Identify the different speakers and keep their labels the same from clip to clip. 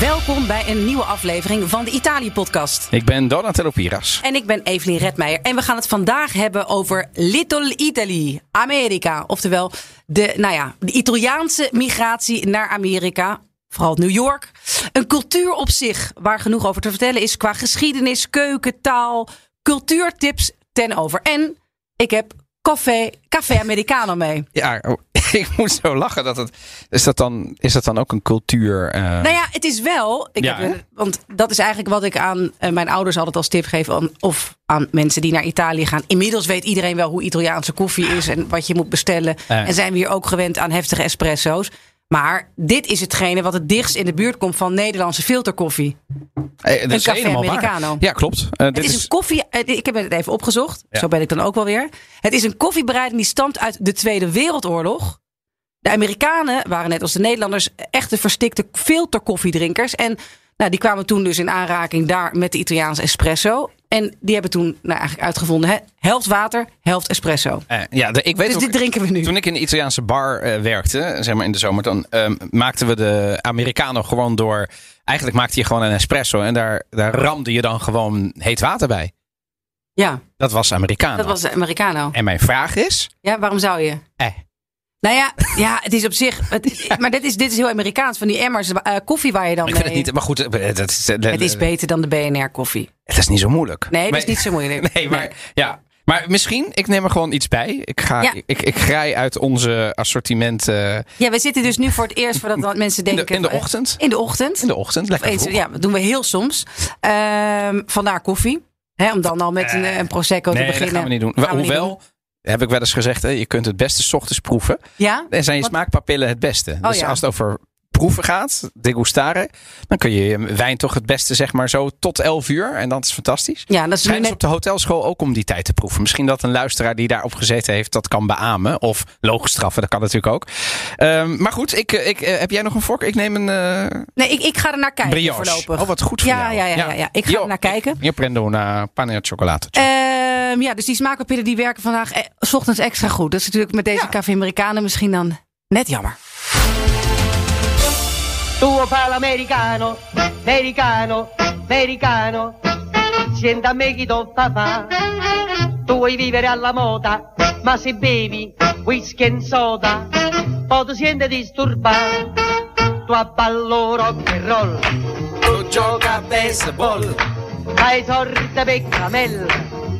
Speaker 1: welkom bij een nieuwe aflevering van de Italië-podcast.
Speaker 2: Ik ben Donatello Piras.
Speaker 1: En ik ben Evelien Redmeijer en we gaan het vandaag hebben over Little Italy, Amerika. Oftewel de, nou ja, de Italiaanse migratie naar Amerika, vooral New York. Een cultuur op zich waar genoeg over te vertellen is qua geschiedenis, keuken, taal, cultuurtips ten over. En ik heb café, café Americano mee.
Speaker 2: Ja, oh, ik moet zo lachen dat het. Is dat dan, is dat dan ook een cultuur? eh,
Speaker 1: Nou ja, het is wel. Ik
Speaker 2: Ja,
Speaker 1: heb,
Speaker 2: hè?
Speaker 1: want dat is eigenlijk wat ik aan eh, mijn ouders altijd als tip geef. Aan, of aan mensen die naar Italië gaan. Inmiddels weet iedereen wel hoe Italiaanse koffie is en wat je moet bestellen.
Speaker 2: Eh.
Speaker 1: En zijn we hier ook gewend aan heftige espresso's. Maar dit is hetgene wat het dichtst in de buurt komt van Nederlandse filterkoffie.
Speaker 2: eh, dat
Speaker 1: een
Speaker 2: is
Speaker 1: café
Speaker 2: helemaal waar.
Speaker 1: Americano.
Speaker 2: Ja, klopt. Eh, dit
Speaker 1: Het is een koffie. eh, Ik heb het even opgezocht.
Speaker 2: Ja.
Speaker 1: Zo ben ik dan ook wel weer. Het is een koffiebereiding die stamt uit de Tweede Wereldoorlog. De Amerikanen waren net als de Nederlanders echte verstikte filterkoffiedrinkers. En nou, die kwamen toen dus in aanraking daar met de Italiaanse espresso. En die hebben toen nou, eigenlijk uitgevonden: hè, helft water, helft espresso.
Speaker 2: eh, ja, de- ik weet
Speaker 1: Dus
Speaker 2: ook-
Speaker 1: dit drinken we nu.
Speaker 2: Toen ik in de Italiaanse bar eh, werkte, zeg maar in de zomer, dan ehm, maakten we de Americano gewoon door. Eigenlijk maakte je gewoon een espresso en daar, daar ramde je dan gewoon heet water bij.
Speaker 1: Ja,
Speaker 2: Dat was Americano.
Speaker 1: dat was de Americano.
Speaker 2: En mijn vraag is.
Speaker 1: Ja, waarom zou je?
Speaker 2: Eh,
Speaker 1: Nou ja, ja het is op zich. het- maar dit is, dit is heel Amerikaans van die emmers eh, koffie waar je dan
Speaker 2: ik
Speaker 1: mee.
Speaker 2: vind het niet, maar goed, eh, dat is, eh,
Speaker 1: het is beter dan de BNR-koffie.
Speaker 2: het is niet zo moeilijk.
Speaker 1: Nee, dat
Speaker 2: Maar-
Speaker 1: is niet zo moeilijk.
Speaker 2: Nee, maar ja. Maar misschien, ik neem er gewoon iets bij. Ik, ga,
Speaker 1: Ja.
Speaker 2: ik, ik grij uit onze assortiment eh,
Speaker 1: Ja, we zitten dus nu voor het eerst voordat dan mensen
Speaker 2: in, de,
Speaker 1: denken...
Speaker 2: in de
Speaker 1: eh,
Speaker 2: ochtend.
Speaker 1: In de ochtend.
Speaker 2: In de ochtend, lekker
Speaker 1: Eens-
Speaker 2: vroeg.
Speaker 1: ja, dat doen we heel soms. Ehm, vandaar koffie. Hè, om dan al met een,
Speaker 2: Eh,
Speaker 1: een prosecco te
Speaker 2: nee,
Speaker 1: beginnen.
Speaker 2: dat gaan we niet doen.
Speaker 1: Gaan we niet
Speaker 2: Hoewel, heb ik wel eens gezegd, hè, je kunt het beste 's ochtends proeven.
Speaker 1: Ja?
Speaker 2: En zijn je
Speaker 1: Wat?
Speaker 2: smaakpapillen het beste. dus
Speaker 1: Oh, ja.
Speaker 2: als het over proeven gaat, degustaren, dan kun je je wijn toch het beste zeg maar zo tot 11 uur. En dat is fantastisch.
Speaker 1: Ja, dat is nu
Speaker 2: Schijnt
Speaker 1: net...
Speaker 2: ze op de hotelschool ook om die tijd te proeven. Misschien dat een luisteraar die daarop gezeten heeft dat kan beamen. Of logisch straffen, dat kan natuurlijk ook. Ehm, maar goed, ik, eh, ik, eh, heb jij nog een vork? Ik neem een eh
Speaker 1: Nee, ik, ik ga er naar kijken
Speaker 2: brioche.
Speaker 1: voorlopig.
Speaker 2: Oh, wat goed voor
Speaker 1: Ja,
Speaker 2: jou.
Speaker 1: ja, ja, ja, ja. Ik ga er naar kijken.
Speaker 2: Je prendo una pane al chocolate.
Speaker 1: Ehm, ja, dus die smaakpapillen die werken vandaag eh, s ochtends extra goed. Dat is natuurlijk met deze
Speaker 2: Ja.
Speaker 1: café Amerikanen misschien dan net jammer.
Speaker 3: Tu fa l'americano, americano, americano, senta a me chi tocca fa. Tu vuoi vivere alla moda, ma se bevi whisky e soda, poi ti senti disturbato. Tu apballo rock and roll,
Speaker 2: Tu gioca baseball.
Speaker 3: hai sorte per caramella,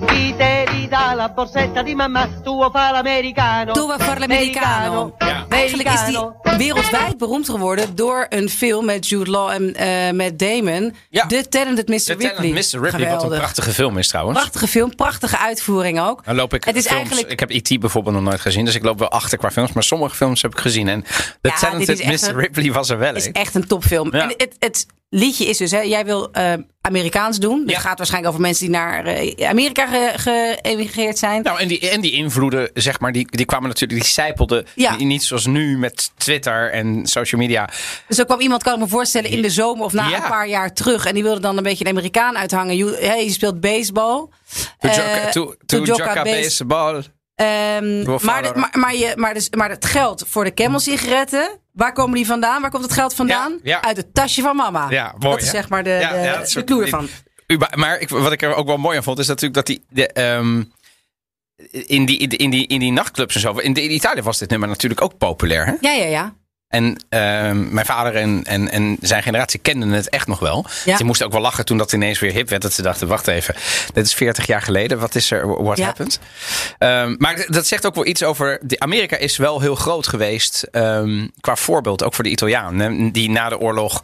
Speaker 3: chi te li dà la borsetta di mamma, tu fa l'americano.
Speaker 1: Doe we voor l'americano.
Speaker 2: Ja.
Speaker 1: Eigenlijk is die
Speaker 3: americano.
Speaker 1: wereldwijd beroemd geworden door een film met Jude Law en eh met Damon.
Speaker 2: Ja.
Speaker 1: The Talented Mr.
Speaker 2: De
Speaker 1: Ripley.
Speaker 2: Talent Mr. Ripley, wat een
Speaker 1: Geweldig.
Speaker 2: prachtige film is trouwens.
Speaker 1: Prachtige film, prachtige uitvoering ook.
Speaker 2: Dan loop ik
Speaker 1: Het is
Speaker 2: films-
Speaker 1: eigenlijk-
Speaker 2: Ik heb E.T. bijvoorbeeld nog nooit gezien, dus ik loop wel achter qua films. Maar sommige films heb ik gezien. En The
Speaker 1: dit is
Speaker 2: Talented
Speaker 1: echt
Speaker 2: Mr.
Speaker 1: een-
Speaker 2: Ripley was er wel
Speaker 1: is
Speaker 2: een.
Speaker 1: echt een topfilm.
Speaker 2: Ja.
Speaker 1: En het, het liedje is dus, hè, jij wil eh, Amerikaans doen. Dus
Speaker 2: Ja.
Speaker 1: gaat waarschijnlijk over mensen die naar eh, Amerika ge- geëmigreerd zijn.
Speaker 2: Nou, en die, en die invloeden, zeg maar, die, die kwamen natuurlijk, die sijpelden.
Speaker 1: Ja.
Speaker 2: Die- Niet zoals nu met Twitter en social media.
Speaker 1: Dus er kwam iemand, kan ik me voorstellen, in de zomer of na
Speaker 2: Ja.
Speaker 1: een paar jaar terug. En die wilde dan een beetje een Amerikaan uithangen. Je, hè, je speelt baseball.
Speaker 2: To
Speaker 1: Eh,
Speaker 2: Jocka- to-
Speaker 1: to
Speaker 2: to
Speaker 1: Jocka
Speaker 2: Jocka
Speaker 1: Base-
Speaker 2: Baseball.
Speaker 1: Ehm,
Speaker 2: Door
Speaker 1: maar,
Speaker 2: vader.
Speaker 1: de- maar, maar, je, maar, dus, maar het geld voor de Camel sigaretten, waar komen die vandaan? Waar komt het geld vandaan?
Speaker 2: Ja, ja.
Speaker 1: Uit het tasje van mama.
Speaker 2: Ja, mooi,
Speaker 1: dat is
Speaker 2: hè?
Speaker 1: zeg maar de,
Speaker 2: Ja,
Speaker 1: de,
Speaker 2: ja, dat
Speaker 1: de
Speaker 2: soort
Speaker 1: clue
Speaker 2: dingen.
Speaker 1: ervan.
Speaker 2: Uba- Maar ik, wat ik er ook wel mooi aan vond, is natuurlijk dat die. De, ehm, in die, in, die, in, die, in die nachtclubs en zo. In, de- in Italië was dit nummer natuurlijk ook populair. Hè?
Speaker 1: Ja, ja, ja.
Speaker 2: En ehm, mijn vader en, en, en zijn generatie kenden het echt nog wel.
Speaker 1: Ja.
Speaker 2: Ze moesten ook wel lachen toen dat ineens weer hip werd. Dat ze dachten, wacht even, dit is 40 jaar geleden. Wat is er? What
Speaker 1: Ja.
Speaker 2: happened? Ehm, maar dat zegt ook wel iets over... de- Amerika is wel heel groot geweest ehm, qua voorbeeld. Ook voor de Italianen. Die na de oorlog,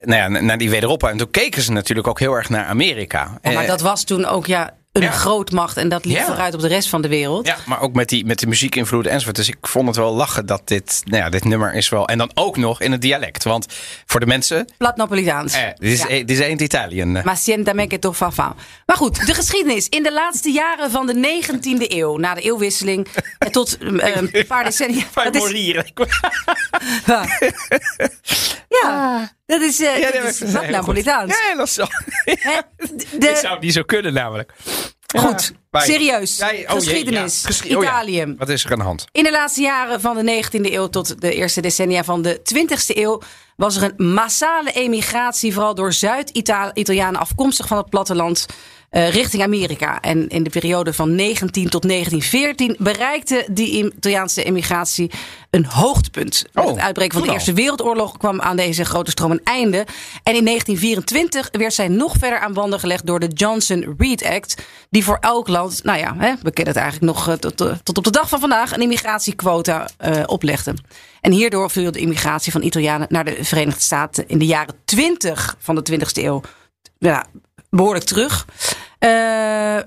Speaker 2: nou ja, na- naar die wederop. En toen keken ze natuurlijk ook heel erg naar Amerika.
Speaker 1: Ja, maar
Speaker 2: Eh,
Speaker 1: dat was toen ook ja, een
Speaker 2: Ja.
Speaker 1: grootmacht en dat liep
Speaker 2: Ja.
Speaker 1: vooruit op de rest van de wereld.
Speaker 2: Ja, maar ook met, die, met de muziekinvloeden enzovoort. Dus ik vond het wel lachen dat dit, nou ja, dit nummer is wel... En dan ook nog in het dialect. Want voor de mensen
Speaker 1: Plat Napolitaans.
Speaker 2: Eh, dit, is,
Speaker 1: Ja.
Speaker 2: eh, dit is eind Italië.
Speaker 1: Maar sienta me che fa fa. Maar goed, de geschiedenis. In de laatste jaren van de 19e eeuw, na de eeuwwisseling, eh, tot eh, een paar decennia. Dat is, Ja. Ja, dat is, eh, dat is plat Napolitaans.
Speaker 2: Ja, dat is zo.
Speaker 1: Hè, de-
Speaker 2: Ik zou het niet zo kunnen namelijk.
Speaker 1: Goed,
Speaker 2: Wij-
Speaker 1: serieus.
Speaker 2: Wij- oh,
Speaker 1: Geschiedenis.
Speaker 2: jee, ja. Geschi- oh, ja.
Speaker 1: Italië.
Speaker 2: Wat is er aan de hand?
Speaker 1: In de laatste jaren van de 19e eeuw tot de eerste decennia van de 20e eeuw was er een massale emigratie, vooral door Zuid-Italianen afkomstig van het platteland eh, richting Amerika. En in de periode van 19 tot 1914 bereikte die Italiaanse emigratie een hoogtepunt. Met
Speaker 2: Oh,
Speaker 1: het uitbreken van de
Speaker 2: toen al.
Speaker 1: Eerste Wereldoorlog kwam aan deze grote stroom een einde. En in 1924 werd zij nog verder aan banden gelegd door de Johnson-Reed Act. Die voor elk land, nou ja, hè, we kennen het eigenlijk nog eh, tot, eh, tot op de dag van vandaag, een immigratiequota eh, oplegde. En hierdoor viel de immigratie van Italianen naar de Verenigde Staten in de jaren 20 van de 20e eeuw ja, behoorlijk terug. Eh,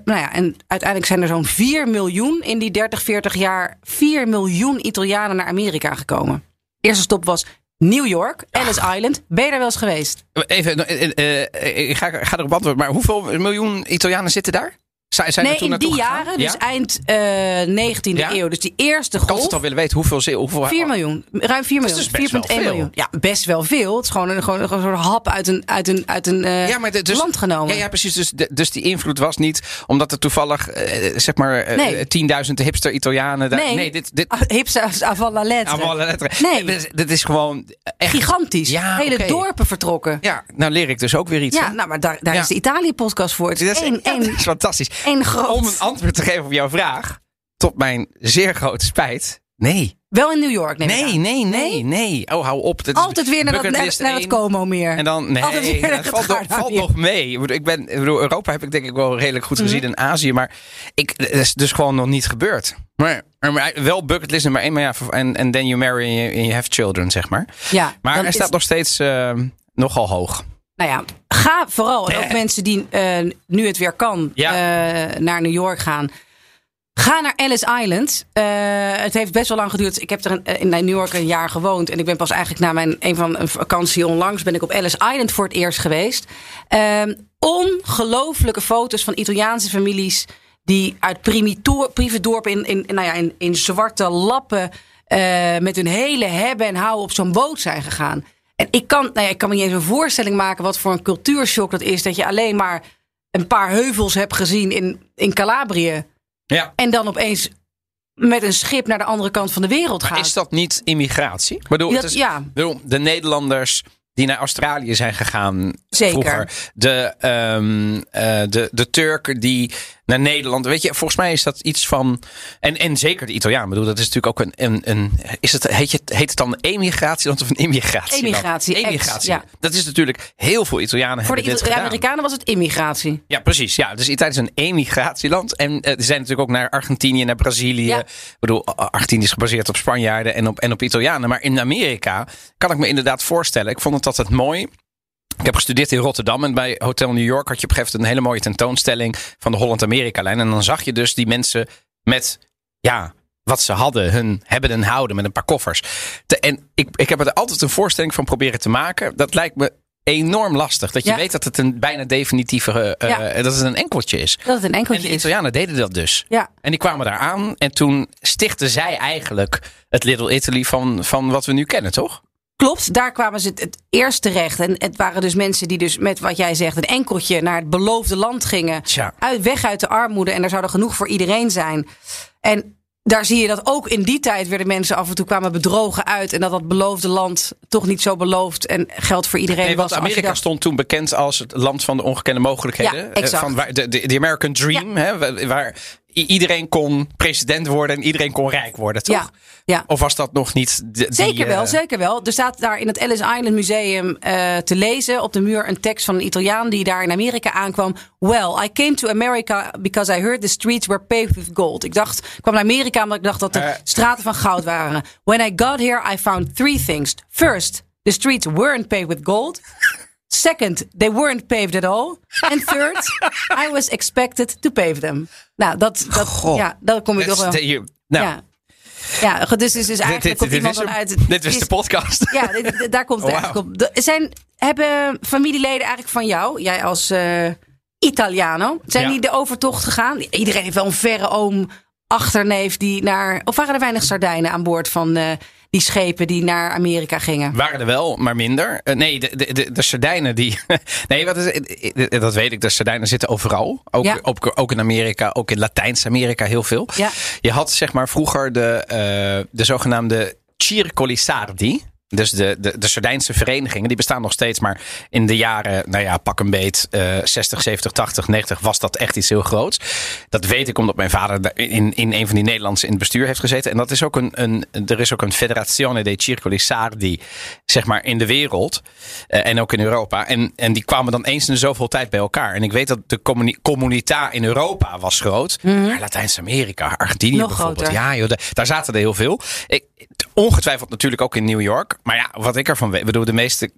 Speaker 1: nou ja, en uiteindelijk zijn er zo'n 4 miljoen in die 30, 40 jaar 4 miljoen Italianen naar Amerika gekomen. Eerste stop was New York, Ellis Island. Ben je daar wel eens geweest?
Speaker 2: Even, eh, eh, eh, ik ga, ga erop antwoorden, maar hoeveel miljoen Italianen zitten daar? Zijn, zijn er
Speaker 1: nee,
Speaker 2: toen
Speaker 1: in die
Speaker 2: naartoe
Speaker 1: jaren,
Speaker 2: gegaan?
Speaker 1: dus
Speaker 2: Ja?
Speaker 1: eind eh 19e
Speaker 2: Ja?
Speaker 1: eeuw. Dus die eerste
Speaker 2: Ik had
Speaker 1: golf.
Speaker 2: het al willen weten, hoeveel... ze- hoeveel
Speaker 1: 4 miljoen. Ruim 4
Speaker 2: is
Speaker 1: miljoen.
Speaker 2: dus best wel
Speaker 1: 4,1
Speaker 2: veel.
Speaker 1: miljoen. Ja, best wel veel. Het is gewoon een, gewoon een, gewoon een hap uit een, uit een, uit een eh,
Speaker 2: Ja, maar de- dus,
Speaker 1: land genomen.
Speaker 2: Ja, ja precies. Dus, de- dus die invloed was niet omdat er toevallig eh, zeg maar eh,
Speaker 1: Nee.
Speaker 2: 10.000 hipster Italianen... daar-
Speaker 1: Nee,
Speaker 2: dit... dit
Speaker 1: Ah, Hipsters avant la lettre.
Speaker 2: aan alle letteren.
Speaker 1: Nee.
Speaker 2: Dit is- Dit is gewoon echt...
Speaker 1: Gigantisch.
Speaker 2: Ja,
Speaker 1: Hele
Speaker 2: oké.
Speaker 1: dorpen vertrokken.
Speaker 2: Ja, nou leer ik dus ook weer iets.
Speaker 1: Ja,
Speaker 2: hè?
Speaker 1: nou, maar daar, daar
Speaker 2: Ja.
Speaker 1: is de Italië-podcast voor. Het
Speaker 2: Dat
Speaker 1: is
Speaker 2: is,
Speaker 1: één,
Speaker 2: ja, dat
Speaker 1: één,
Speaker 2: is fantastisch.
Speaker 1: één groot.
Speaker 2: Om een antwoord te geven op jouw vraag, tot mijn zeer grote spijt, nee.
Speaker 1: Wel in New York, neem ik
Speaker 2: Nee,
Speaker 1: aan.
Speaker 2: nee, nee, nee. Oh, hou op. Dat is
Speaker 1: Altijd weer naar, dat, naar,
Speaker 2: bucketlist
Speaker 1: naar dat
Speaker 2: één.
Speaker 1: Como meer.
Speaker 2: En dan, nee,
Speaker 1: Altijd weer
Speaker 2: dat
Speaker 1: het
Speaker 2: valt, nog,
Speaker 1: Gardameer.
Speaker 2: valt nog mee. Ik bedoel, Ik ben, ik bedoel, Europa heb ik denk ik wel redelijk
Speaker 1: Mhm.
Speaker 2: goed gezien in Azië. Maar ik, dat is dus gewoon nog niet gebeurd. Maar, maar wel bucketlist nummer één. Maar ja, en en then you marry and you- and you have children, zeg maar.
Speaker 1: ja,
Speaker 2: Maar
Speaker 1: dan
Speaker 2: hij
Speaker 1: is-
Speaker 2: staat nog steeds eh, nogal hoog.
Speaker 1: Nou ja, ga vooral, en ook mensen die eh, nu het weer kan,
Speaker 2: Ja.
Speaker 1: eh, naar New York gaan. Ga naar Ellis Island. Eh, het heeft best wel lang geduurd. Ik heb er een- eh, in New York een jaar gewoond. En ik ben pas eigenlijk na mijn een van een vakantie onlangs ben ik op Ellis Island voor het eerst geweest. Ehm, ongelooflijke foto's van Italiaanse families die uit primito- prieve dorpen in, in, nou ja, in, in zwarte lappen eh, met hun hele hebben en houden op zo'n boot zijn gegaan. En ik kan, nou ja, ik kan me niet eens een voorstelling maken wat voor een cultuurshock dat is. Dat je alleen maar een paar heuvels hebt gezien in, in Calabrië.
Speaker 2: Ja.
Speaker 1: En dan opeens met een schip naar de andere kant van de wereld
Speaker 2: Maar
Speaker 1: gaat.
Speaker 2: is dat niet immigratie? Ik bedoel, het
Speaker 1: Dat-
Speaker 2: is,
Speaker 1: ja.
Speaker 2: ik bedoel, de Nederlanders die naar Australië zijn gegaan
Speaker 1: Zeker.
Speaker 2: vroeger. De, ehm, eh, de, de Turken die naar Nederland. Weet je, volgens mij is dat iets van. En, en zeker de Italiaan. Ik bedoel, dat is natuurlijk ook een. een, een is het, heet, je, heet het dan emigratieland of een immigratie?
Speaker 1: Emigratie, ex,
Speaker 2: Emigratie.
Speaker 1: ja.
Speaker 2: Dat is natuurlijk heel veel Italianen
Speaker 1: Voor de,
Speaker 2: hebben dit
Speaker 1: Ita- de
Speaker 2: gedaan.
Speaker 1: Amerikanen was het immigratie.
Speaker 2: Ja, precies. Ja, dus Italië is een emigratieland. En eh, er zijn natuurlijk ook naar Argentinië, naar Brazilië.
Speaker 1: Ja.
Speaker 2: Ik bedoel, A- Argentinië is gebaseerd op Spanjaarden en op, en op Italianen. Maar in Amerika kan ik me inderdaad voorstellen. Ik vond het altijd mooi. Ik heb gestudeerd in Rotterdam en bij Hotel New York had je op een gegeven moment een hele mooie tentoonstelling van de Holland-Amerika-lijn. En dan zag je dus die mensen met, ja, wat ze hadden, hun hebben en houden met een paar koffers. Te- en ik, ik heb er altijd een voorstelling van proberen te maken. Dat lijkt me enorm lastig. Dat je
Speaker 1: Ja.
Speaker 2: weet dat het een bijna definitieve, eh,
Speaker 1: Ja.
Speaker 2: eh, dat het een enkeltje is.
Speaker 1: Dat het een
Speaker 2: En
Speaker 1: enkeltje
Speaker 2: de
Speaker 1: is.
Speaker 2: Italianen deden dat dus.
Speaker 1: Ja.
Speaker 2: En die kwamen daar aan en toen stichtten zij eigenlijk het Little Italy van, van wat we nu kennen, toch?
Speaker 1: Klopt, daar kwamen ze het, het eerst terecht. En het waren dus mensen die dus met wat jij zegt, een enkeltje naar het beloofde land gingen.
Speaker 2: Tja.
Speaker 1: Uit, weg uit de armoede. En daar zou er genoeg voor iedereen zijn. En daar zie je dat ook in die tijd werden mensen af en toe kwamen bedrogen uit. En dat dat beloofde land toch niet zo beloofd en geld voor iedereen
Speaker 2: Nee,
Speaker 1: was.
Speaker 2: want
Speaker 1: als je
Speaker 2: Amerika
Speaker 1: dacht.
Speaker 2: stond toen bekend als het land van de ongekende mogelijkheden.
Speaker 1: Ja,
Speaker 2: Eh,
Speaker 1: exact.
Speaker 2: Van waar, de, de, de American Dream, hè, wa- waar i- iedereen kon president worden en iedereen kon rijk worden, toch?
Speaker 1: Ja, ja.
Speaker 2: Of was dat nog niet... de- die,
Speaker 1: Zeker wel,
Speaker 2: eh,
Speaker 1: zeker wel. Er staat daar in het Ellis Island Museum eh, te lezen op de muur een tekst van een Italiaan die daar in Amerika aankwam. Well, I came to America because I heard the streets were paved with gold. Ik dacht, ik kwam naar Amerika omdat ik dacht dat de
Speaker 2: Eh.
Speaker 1: straten van goud waren. When I got here, I found three things. First, the streets weren't paved with gold. Second, they weren't paved at all. And third, I was expected to pave them. Nou, dat, dat,
Speaker 2: Goh.
Speaker 1: ja, dat kom ik
Speaker 2: that's
Speaker 1: toch wel.
Speaker 2: the- you- nou,
Speaker 1: Ja. Ja, goed, dus, dus, dus
Speaker 2: dit,
Speaker 1: eigenlijk
Speaker 2: dit,
Speaker 1: komt
Speaker 2: dit
Speaker 1: iemand
Speaker 2: is hem.
Speaker 1: dan uit...
Speaker 2: dit was
Speaker 1: is-
Speaker 2: de podcast.
Speaker 1: Ja, dit- dit- daar komt het
Speaker 2: Wauw.
Speaker 1: eigenlijk op. De- Zijn, hebben familieleden eigenlijk van jou, jij als eh, Italiano, zijn
Speaker 2: Ja.
Speaker 1: die de overtocht gegaan? Iedereen heeft wel een verre oom, achterneef die naar... Of waren er weinig sardijnen aan boord van... eh, die schepen die naar Amerika gingen.
Speaker 2: Waren er wel, maar minder. Eh, nee, de, de, de, de sardijnen die. nee, wat is, eh, eh, dat weet ik. De sardijnen zitten overal. Ook,
Speaker 1: Ja.
Speaker 2: ook, ook in Amerika, ook in Latijns-Amerika heel veel.
Speaker 1: Ja.
Speaker 2: Je had zeg maar vroeger de, eh, de zogenaamde Circolisardi. Dus de, de, de Sardijnse verenigingen, die bestaan nog steeds. Maar in de jaren, nou ja, pak een beet, eh 60, 70, 80, 90 was dat echt iets heel groots. Dat weet ik omdat mijn vader daar in, in een van die Nederlandse in het bestuur heeft gezeten. En dat is ook een, een er is ook een Federazione dei Circoli Sardi, zeg maar, in de wereld. eh, en ook in Europa. En, en die kwamen dan eens in de zoveel tijd bij elkaar. En ik weet dat de communi communita in Europa was groot. Maar Latijns-Amerika, Argentinië
Speaker 1: Mhm. Nog
Speaker 2: bijvoorbeeld.
Speaker 1: groter.
Speaker 2: Ja, joh, da- daar zaten er heel veel. Ik, ongetwijfeld natuurlijk ook in New York. Maar ja, wat ik ervan weet. Bedoel, de meeste.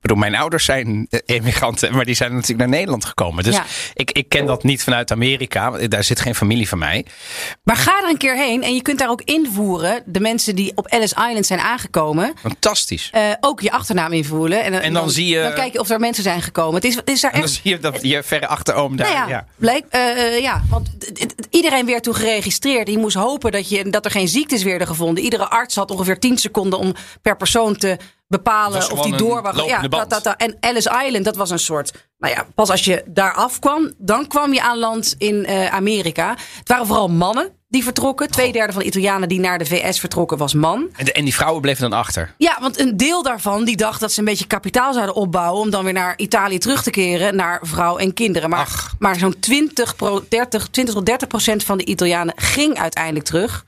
Speaker 2: Bedoel, mijn ouders zijn eh, emigranten. Maar die zijn natuurlijk naar Nederland gekomen. Dus
Speaker 1: Ja.
Speaker 2: ik, ik ken dat niet vanuit Amerika. want Daar zit geen familie van mij.
Speaker 1: Maar ga er een keer heen en je kunt daar ook invoeren. De mensen die op Ellis Island zijn aangekomen.
Speaker 2: Fantastisch.
Speaker 1: eh, ook je achternaam invoeren. En,
Speaker 2: dan zie je-
Speaker 1: Dan kijk je of er mensen zijn gekomen. Het is, het is daar
Speaker 2: En dan
Speaker 1: echt
Speaker 2: zie je dat je verre achteroom daar.
Speaker 1: Nou ja,
Speaker 2: ja.
Speaker 1: Blijk, eh, eh, ja, want d- d- d- iedereen werd toen geregistreerd. Die moest hopen dat, je, dat er geen ziektes werden gevonden. Iedere arts had ongeveer 10 seconden om per persoon te
Speaker 2: Het was
Speaker 1: bepalen of die
Speaker 2: gewoon een
Speaker 1: door was.
Speaker 2: lopende
Speaker 1: Ja,
Speaker 2: band.
Speaker 1: dat, dat, en Ellis Island, dat was een soort. Nou ja, pas als je daar afkwam, dan kwam je aan land in eh, Amerika. Het waren vooral mannen die vertrokken. Tweederde van de Italianen die naar de VS vertrokken was man.
Speaker 2: En, de- en die vrouwen bleven dan achter.
Speaker 1: Ja, want een deel daarvan die dacht dat ze een beetje kapitaal zouden opbouwen. om dan weer naar Italië terug te keren. naar vrouw en kinderen. Maar,
Speaker 2: Ach.
Speaker 1: maar zo'n 20, pro- 30, 20 tot 30 procent van de Italianen ging uiteindelijk terug.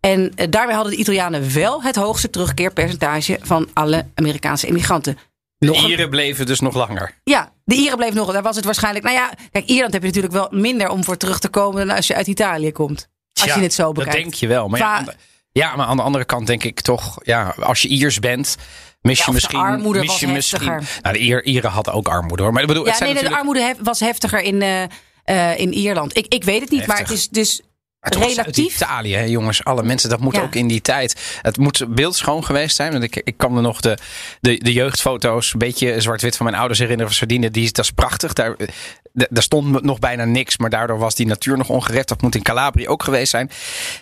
Speaker 1: En eh, daarbij hadden de Italianen wel het hoogste terugkeerpercentage. van alle Amerikaanse immigranten.
Speaker 2: De
Speaker 1: een-
Speaker 2: Ieren bleven dus nog langer.
Speaker 1: Ja, de Ieren bleef nog. Daar was het waarschijnlijk. Nou ja, kijk, Ierland heb je natuurlijk wel minder om voor terug te komen. dan als je uit Italië komt. Als
Speaker 2: Ja,
Speaker 1: je het zo bekijkt.
Speaker 2: Dat denk je wel. Maar ja,
Speaker 1: Qua-
Speaker 2: aan de- ja, maar aan de andere kant denk ik toch, ja, als je Iers bent, mis
Speaker 1: Ja,
Speaker 2: je
Speaker 1: of de
Speaker 2: misschien.
Speaker 1: armoede
Speaker 2: mis
Speaker 1: was
Speaker 2: je misschien
Speaker 1: heftiger.
Speaker 2: nou, de Ier- Ieren hadden ook armoede hoor. Maar ik bedoel,
Speaker 1: Ja,
Speaker 2: het zijn
Speaker 1: nee, nee, de
Speaker 2: natuurlijk,
Speaker 1: armoede hef- was heftiger in, eh, eh, in Ierland. Ik, ik weet het niet, maar het
Speaker 2: Heftig.
Speaker 1: is dus
Speaker 2: Het was uit
Speaker 1: relatief.
Speaker 2: Italië, hè, jongens, alle mensen, dat moet
Speaker 1: Ja.
Speaker 2: ook in die tijd. Het moet beeldschoon geweest zijn. Want ik, ik kan me nog de, de, de jeugdfoto's, een beetje zwart-wit van mijn ouders herinneren van Sardinië. Die, dat is prachtig. Daar, eh, d- daar stond nog bijna niks, maar daardoor was die natuur nog ongerept. Dat moet in Calabria ook geweest zijn.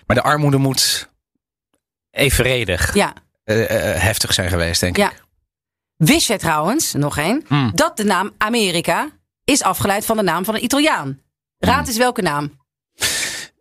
Speaker 2: Maar de armoede moet evenredig.
Speaker 1: Ja,
Speaker 2: eh, eh, heftig zijn geweest, denk ik.
Speaker 1: ja. Wist je trouwens, nog één,
Speaker 2: Hmm.
Speaker 1: dat de naam Amerika is afgeleid van de naam van een Italiaan?
Speaker 2: Hmm.
Speaker 1: Raad eens welke naam?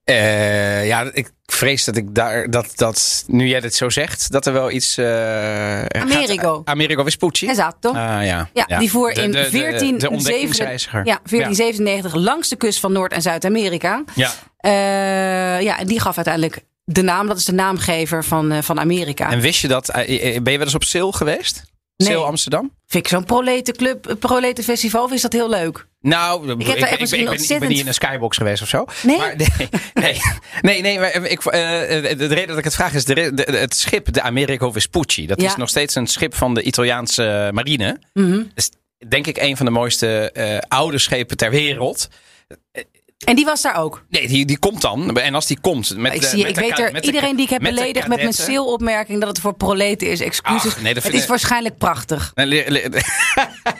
Speaker 2: Eh, ja, ik vrees dat ik daar, dat, dat nu jij dit zo zegt, dat er wel iets. eh, gaat-
Speaker 1: Amerigo.
Speaker 2: Amerigo Vespucci.
Speaker 1: Esatto.
Speaker 2: Ah, ja.
Speaker 1: Ja, die voer
Speaker 2: De-
Speaker 1: in
Speaker 2: de- de-
Speaker 1: 14
Speaker 2: De,
Speaker 1: zeven-
Speaker 2: ontdekkingsreiziger.
Speaker 1: ja, 1497 langs de kust van Noord- en Zuid-Amerika.
Speaker 2: Ja.
Speaker 1: Ah. Eh, ja, en die gaf uiteindelijk de naam. Dat is de naamgever van, eh, van Amerika.
Speaker 2: En wist je dat? eh, eh, ben je wel eens op Seel geweest?
Speaker 1: Nee.
Speaker 2: Seel Amsterdam?
Speaker 1: Vind ik zo'n proletenclub, eh, proletenfestival, of is dat heel leuk?
Speaker 2: Nou, ik,
Speaker 1: daar echt
Speaker 2: ik, ben- ik,
Speaker 1: misschien
Speaker 2: ben, ik ben
Speaker 1: ontzettend-
Speaker 2: niet in een skybox geweest of zo.
Speaker 1: Nee?
Speaker 2: Maar, nee, nee, nee, nee, maar ik, eh, de reden dat ik het vraag is de, re- de- het schip, de Americo Vespucci. Dat
Speaker 1: Ja. Mhm.
Speaker 2: is nog steeds een schip van de Italiaanse marine. Dat is denk ik een van de mooiste eh, oude schepen ter wereld.
Speaker 1: En die was daar ook.
Speaker 2: Nee, die, die komt dan. En als die komt... Met
Speaker 1: Ik,
Speaker 2: de-
Speaker 1: zie,
Speaker 2: met
Speaker 1: ik
Speaker 2: de
Speaker 1: weet
Speaker 2: ka-
Speaker 1: er,
Speaker 2: met de
Speaker 1: iedereen die ik heb
Speaker 2: met de
Speaker 1: beledigd met mijn
Speaker 2: kadetten.
Speaker 1: sale-opmerking dat het voor proleten is, excuses.
Speaker 2: Ach, nee,
Speaker 1: het
Speaker 2: dat vind
Speaker 1: is
Speaker 2: ik-
Speaker 1: waarschijnlijk prachtig.
Speaker 2: Nee, le- le-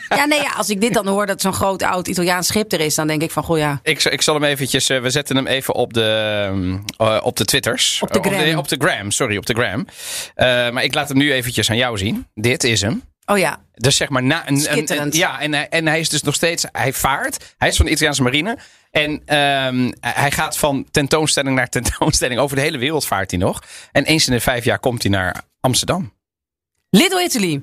Speaker 1: Ja, nee, ja, als ik dit dan hoor dat zo'n groot oud Italiaans schip er is, dan denk ik van goh ja.
Speaker 2: Ik, zal- ik zal hem eventjes, eh, we zetten hem even op de, ehm, eh, op de Twitters.
Speaker 1: Op de
Speaker 2: Eh, Op de,
Speaker 1: gram.
Speaker 2: gram, sorry, op de gram. Eh, maar ik laat hem nu eventjes aan jou zien. Dit is hem.
Speaker 1: Oh ja,
Speaker 2: Dus zeg maar na een, een,
Speaker 1: Schitterend.
Speaker 2: Ja, en, hij- en hij is dus nog steeds, hij vaart. Hij is van de Italiaanse marine. En ehm, hij gaat van tentoonstelling naar tentoonstelling. Over de hele wereld vaart hij nog. En eens in de vijf jaar komt hij naar Amsterdam.
Speaker 1: Little Italy.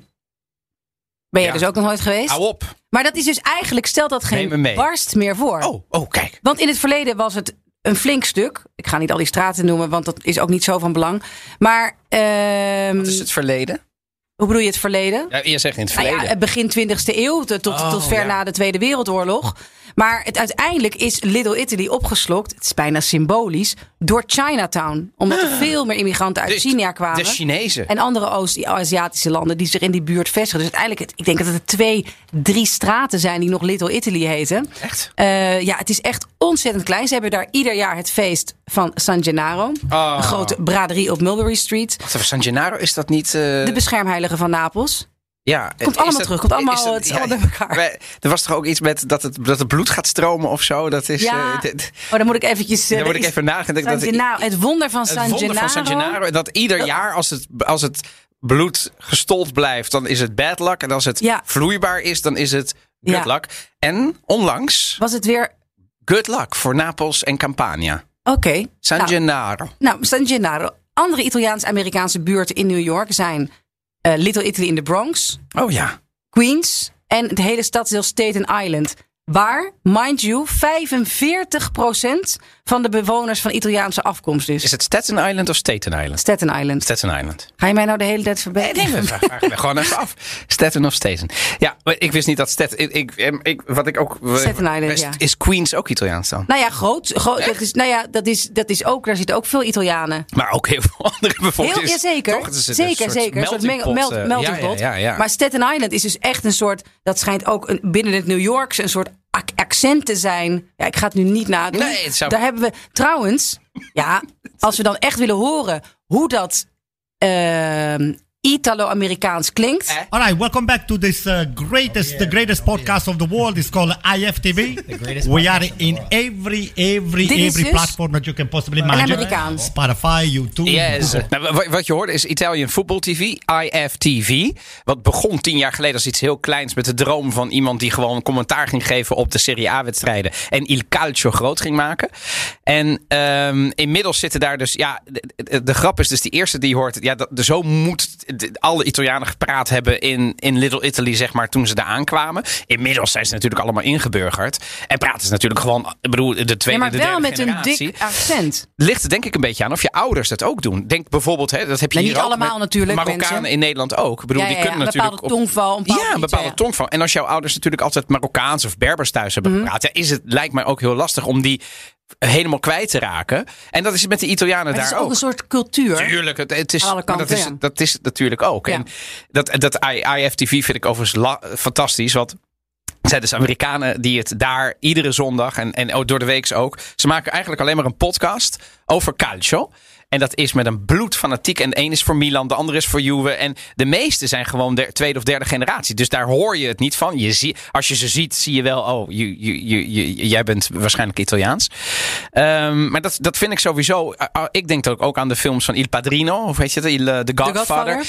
Speaker 1: Ben jij
Speaker 2: Ja.
Speaker 1: dus ook nog nooit geweest?
Speaker 2: Hou op.
Speaker 1: Maar dat is dus eigenlijk, stelt dat
Speaker 2: Neem me
Speaker 1: geen
Speaker 2: mee.
Speaker 1: barst meer voor.
Speaker 2: Oh, oh, kijk.
Speaker 1: Want in het verleden was het een flink stuk. Ik ga niet al die straten noemen, want dat is ook niet zo van belang. Maar ehm,
Speaker 2: Wat is het verleden?
Speaker 1: hoe bedoel je het verleden?
Speaker 2: Ja, je zegt in het
Speaker 1: Nou
Speaker 2: verleden.
Speaker 1: ja, het begin 20e eeuw, tot, tot,
Speaker 2: Oh,
Speaker 1: tot ver
Speaker 2: ja.
Speaker 1: na de Tweede Wereldoorlog. Maar het, uiteindelijk is Little Italy opgeslokt, het is bijna symbolisch, door Chinatown. Omdat er veel meer immigranten uit
Speaker 2: Dus
Speaker 1: China kwamen.
Speaker 2: de Chinezen.
Speaker 1: En andere Oost-Aziatische landen die zich in die buurt vestigen. Dus uiteindelijk, het- ik denk dat het twee, drie straten zijn die nog Little Italy heten.
Speaker 2: Echt?
Speaker 1: Eh, ja, het is echt ontzettend klein. Ze hebben daar ieder jaar het feest van San Gennaro.
Speaker 2: Oh.
Speaker 1: Een grote braderie op Mulberry Street.
Speaker 2: Wacht even, San Gennaro, is dat niet... eh,
Speaker 1: De beschermheilige van Napels.
Speaker 2: Ja,
Speaker 1: Komt
Speaker 2: is
Speaker 1: allemaal terug, komt allemaal-
Speaker 2: is
Speaker 1: het is allemaal bij elkaar.
Speaker 2: wij- Er was toch ook iets met dat het, dat het bloed gaat stromen of zo? Dat is.
Speaker 1: Ja,
Speaker 2: eh, dit-
Speaker 1: oh, dan moet ik eventjes... eh,
Speaker 2: dan word ik
Speaker 1: is-
Speaker 2: even nagedacht.
Speaker 1: San
Speaker 2: Dat
Speaker 1: Gennaro, het wonder van San
Speaker 2: het wonder van San Gennaro. en Dat ieder jaar als het, als het bloed gestold blijft, dan is het bad luck. En als het
Speaker 1: Ja.
Speaker 2: vloeibaar is, dan is het good
Speaker 1: Ja.
Speaker 2: luck. En onlangs
Speaker 1: Was het weer...
Speaker 2: good luck voor Napels en Campania.
Speaker 1: Oké.
Speaker 2: San
Speaker 1: nou,
Speaker 2: Gennaro.
Speaker 1: nou, San Gennaro. Andere Italiaans-Amerikaanse buurten in New York zijn eh, Little Italy in the Bronx,
Speaker 2: Oh ja.
Speaker 1: Queens en het hele stadsdeel Staten Island. Waar, mind you, 45% van de bewoners van Italiaanse afkomst is.
Speaker 2: Is het Staten Island of Staten Island?
Speaker 1: Staten Island.
Speaker 2: Staten Island.
Speaker 1: Ga je mij nou de hele tijd
Speaker 2: Nee,
Speaker 1: verbeteren?
Speaker 2: we vragen er gewoon even af. Staten of Staten? Ja, maar ik wist niet dat Staten... Ik, ik, em, ik- wat ik ook...
Speaker 1: Staten Island,
Speaker 2: is,
Speaker 1: ja.
Speaker 2: is Queens ook Italiaans dan?
Speaker 1: Nou ja, groot. groot dat is, nou ja, dat is, dat is ook, daar zitten ook veel Italianen.
Speaker 2: Maar ook heel veel andere bevolking.
Speaker 1: Heel, ja, zeker.
Speaker 2: Toch, het is een
Speaker 1: zeker,
Speaker 2: soort
Speaker 1: zeker. Een soort
Speaker 2: melting
Speaker 1: meng- melt-
Speaker 2: pot, eh,
Speaker 1: melting
Speaker 2: ja,
Speaker 1: pot.
Speaker 2: Ja, ja, ja.
Speaker 1: Maar Staten Island is dus echt een soort... Dat schijnt ook een, binnen het New Yorks een soort ac- accent te zijn. Ja, ik ga het nu niet nadoen.
Speaker 2: Nee, het zou-
Speaker 1: Daar hebben we trouwens... Ja, als we dan echt willen horen hoe dat ehm, Italo-Amerikaans klinkt...
Speaker 2: Eh?
Speaker 4: All right, welcome back to this uh, greatest, the greatest podcast of the world. It's called IFTV.
Speaker 5: greatest
Speaker 4: we are in every, every,
Speaker 1: Dit is
Speaker 4: every
Speaker 1: dus
Speaker 4: platform that you can possibly imagine.
Speaker 1: Amerikaans.
Speaker 4: Spotify, YouTube.
Speaker 2: Yes.
Speaker 4: Google.
Speaker 2: Nou, wa- wat je hoorde is Italian Football TV, IFTV. Wat begon tien jaar geleden als iets heel kleins met de droom van iemand die gewoon commentaar ging geven op de Serie A-wedstrijden. En Il Calcio groot ging maken. En ehm, inmiddels zitten daar dus, ja, de, de- de grap is dus die eerste die je hoort. Ja, dat, zo moet de- alle Italianen gepraat hebben in, in Little Italy, zeg maar, toen ze daar aankwamen. Inmiddels zijn ze natuurlijk allemaal ingeburgerd. En praten ze natuurlijk gewoon, ik bedoel, de
Speaker 1: Ja,
Speaker 2: tweede,
Speaker 1: maar
Speaker 2: de
Speaker 1: wel
Speaker 2: derde
Speaker 1: met een
Speaker 2: generatie
Speaker 1: dik accent.
Speaker 2: ligt er denk ik een beetje aan of je ouders dat ook doen. Denk bijvoorbeeld, hè, dat heb je
Speaker 1: Nee,
Speaker 2: hier
Speaker 1: Nou, niet
Speaker 2: ook
Speaker 1: allemaal
Speaker 2: met
Speaker 1: natuurlijk,
Speaker 2: Marokkanen
Speaker 1: mensen.
Speaker 2: in Nederland ook. Ik bedoel,
Speaker 1: Ja,
Speaker 2: die
Speaker 1: ja, ja,
Speaker 2: kunnen
Speaker 1: een
Speaker 2: natuurlijk
Speaker 1: bepaalde tongval, een bepaalde
Speaker 2: ja, een
Speaker 1: iets,
Speaker 2: bepaalde
Speaker 1: ja.
Speaker 2: tongval. En als jouw ouders natuurlijk altijd Marokkaans of Berbers thuis hebben
Speaker 1: Mhm.
Speaker 2: gepraat, ja, is het lijkt mij ook heel lastig om die helemaal kwijt te raken. En dat is het met de Italianen
Speaker 1: Het
Speaker 2: daar
Speaker 1: is ook, een soort cultuur.
Speaker 2: Tuurlijk, het, het is,
Speaker 1: Alle
Speaker 2: maar
Speaker 1: kanten,
Speaker 2: dat, is,
Speaker 1: ja.
Speaker 2: dat is het natuurlijk ook.
Speaker 1: Ja.
Speaker 2: En dat, dat I- IFTV vind ik overigens la- fantastisch. Want het zijn dus Amerikanen die het daar iedere zondag en, en ook door de weeks ook. Ze maken eigenlijk alleen maar een podcast over calcio. En dat is met een bloedfanatiek. En de een is voor Milan, de andere is voor Juve. En de meeste zijn gewoon de tweede of derde generatie. Dus daar hoor je het niet van. Je zie, als je ze ziet, zie je wel, oh, je, je, je, je- jij bent waarschijnlijk Italiaans. Ehm, maar dat, dat vind ik sowieso. ah, ah, ik denk ook, ook aan de films van Il Padrino. Of weet je het? Il, eh, The
Speaker 1: Godfather.
Speaker 2: Godfather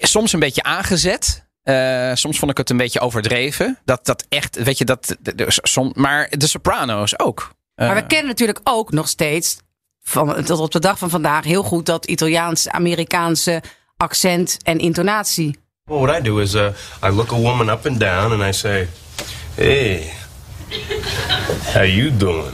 Speaker 2: soms een beetje aangezet. Eh, soms vond ik het een beetje overdreven. Dat, dat echt, weet je, dat. de- de- som- maar de Soprano's ook. Eh,
Speaker 1: Maar we kennen natuurlijk ook nog steeds, van, tot op de dag van vandaag, heel goed dat Italiaans-Amerikaanse accent en intonatie.
Speaker 6: Well, what I do is uh, I look a woman up and down and I say, "Hey, how you doing?"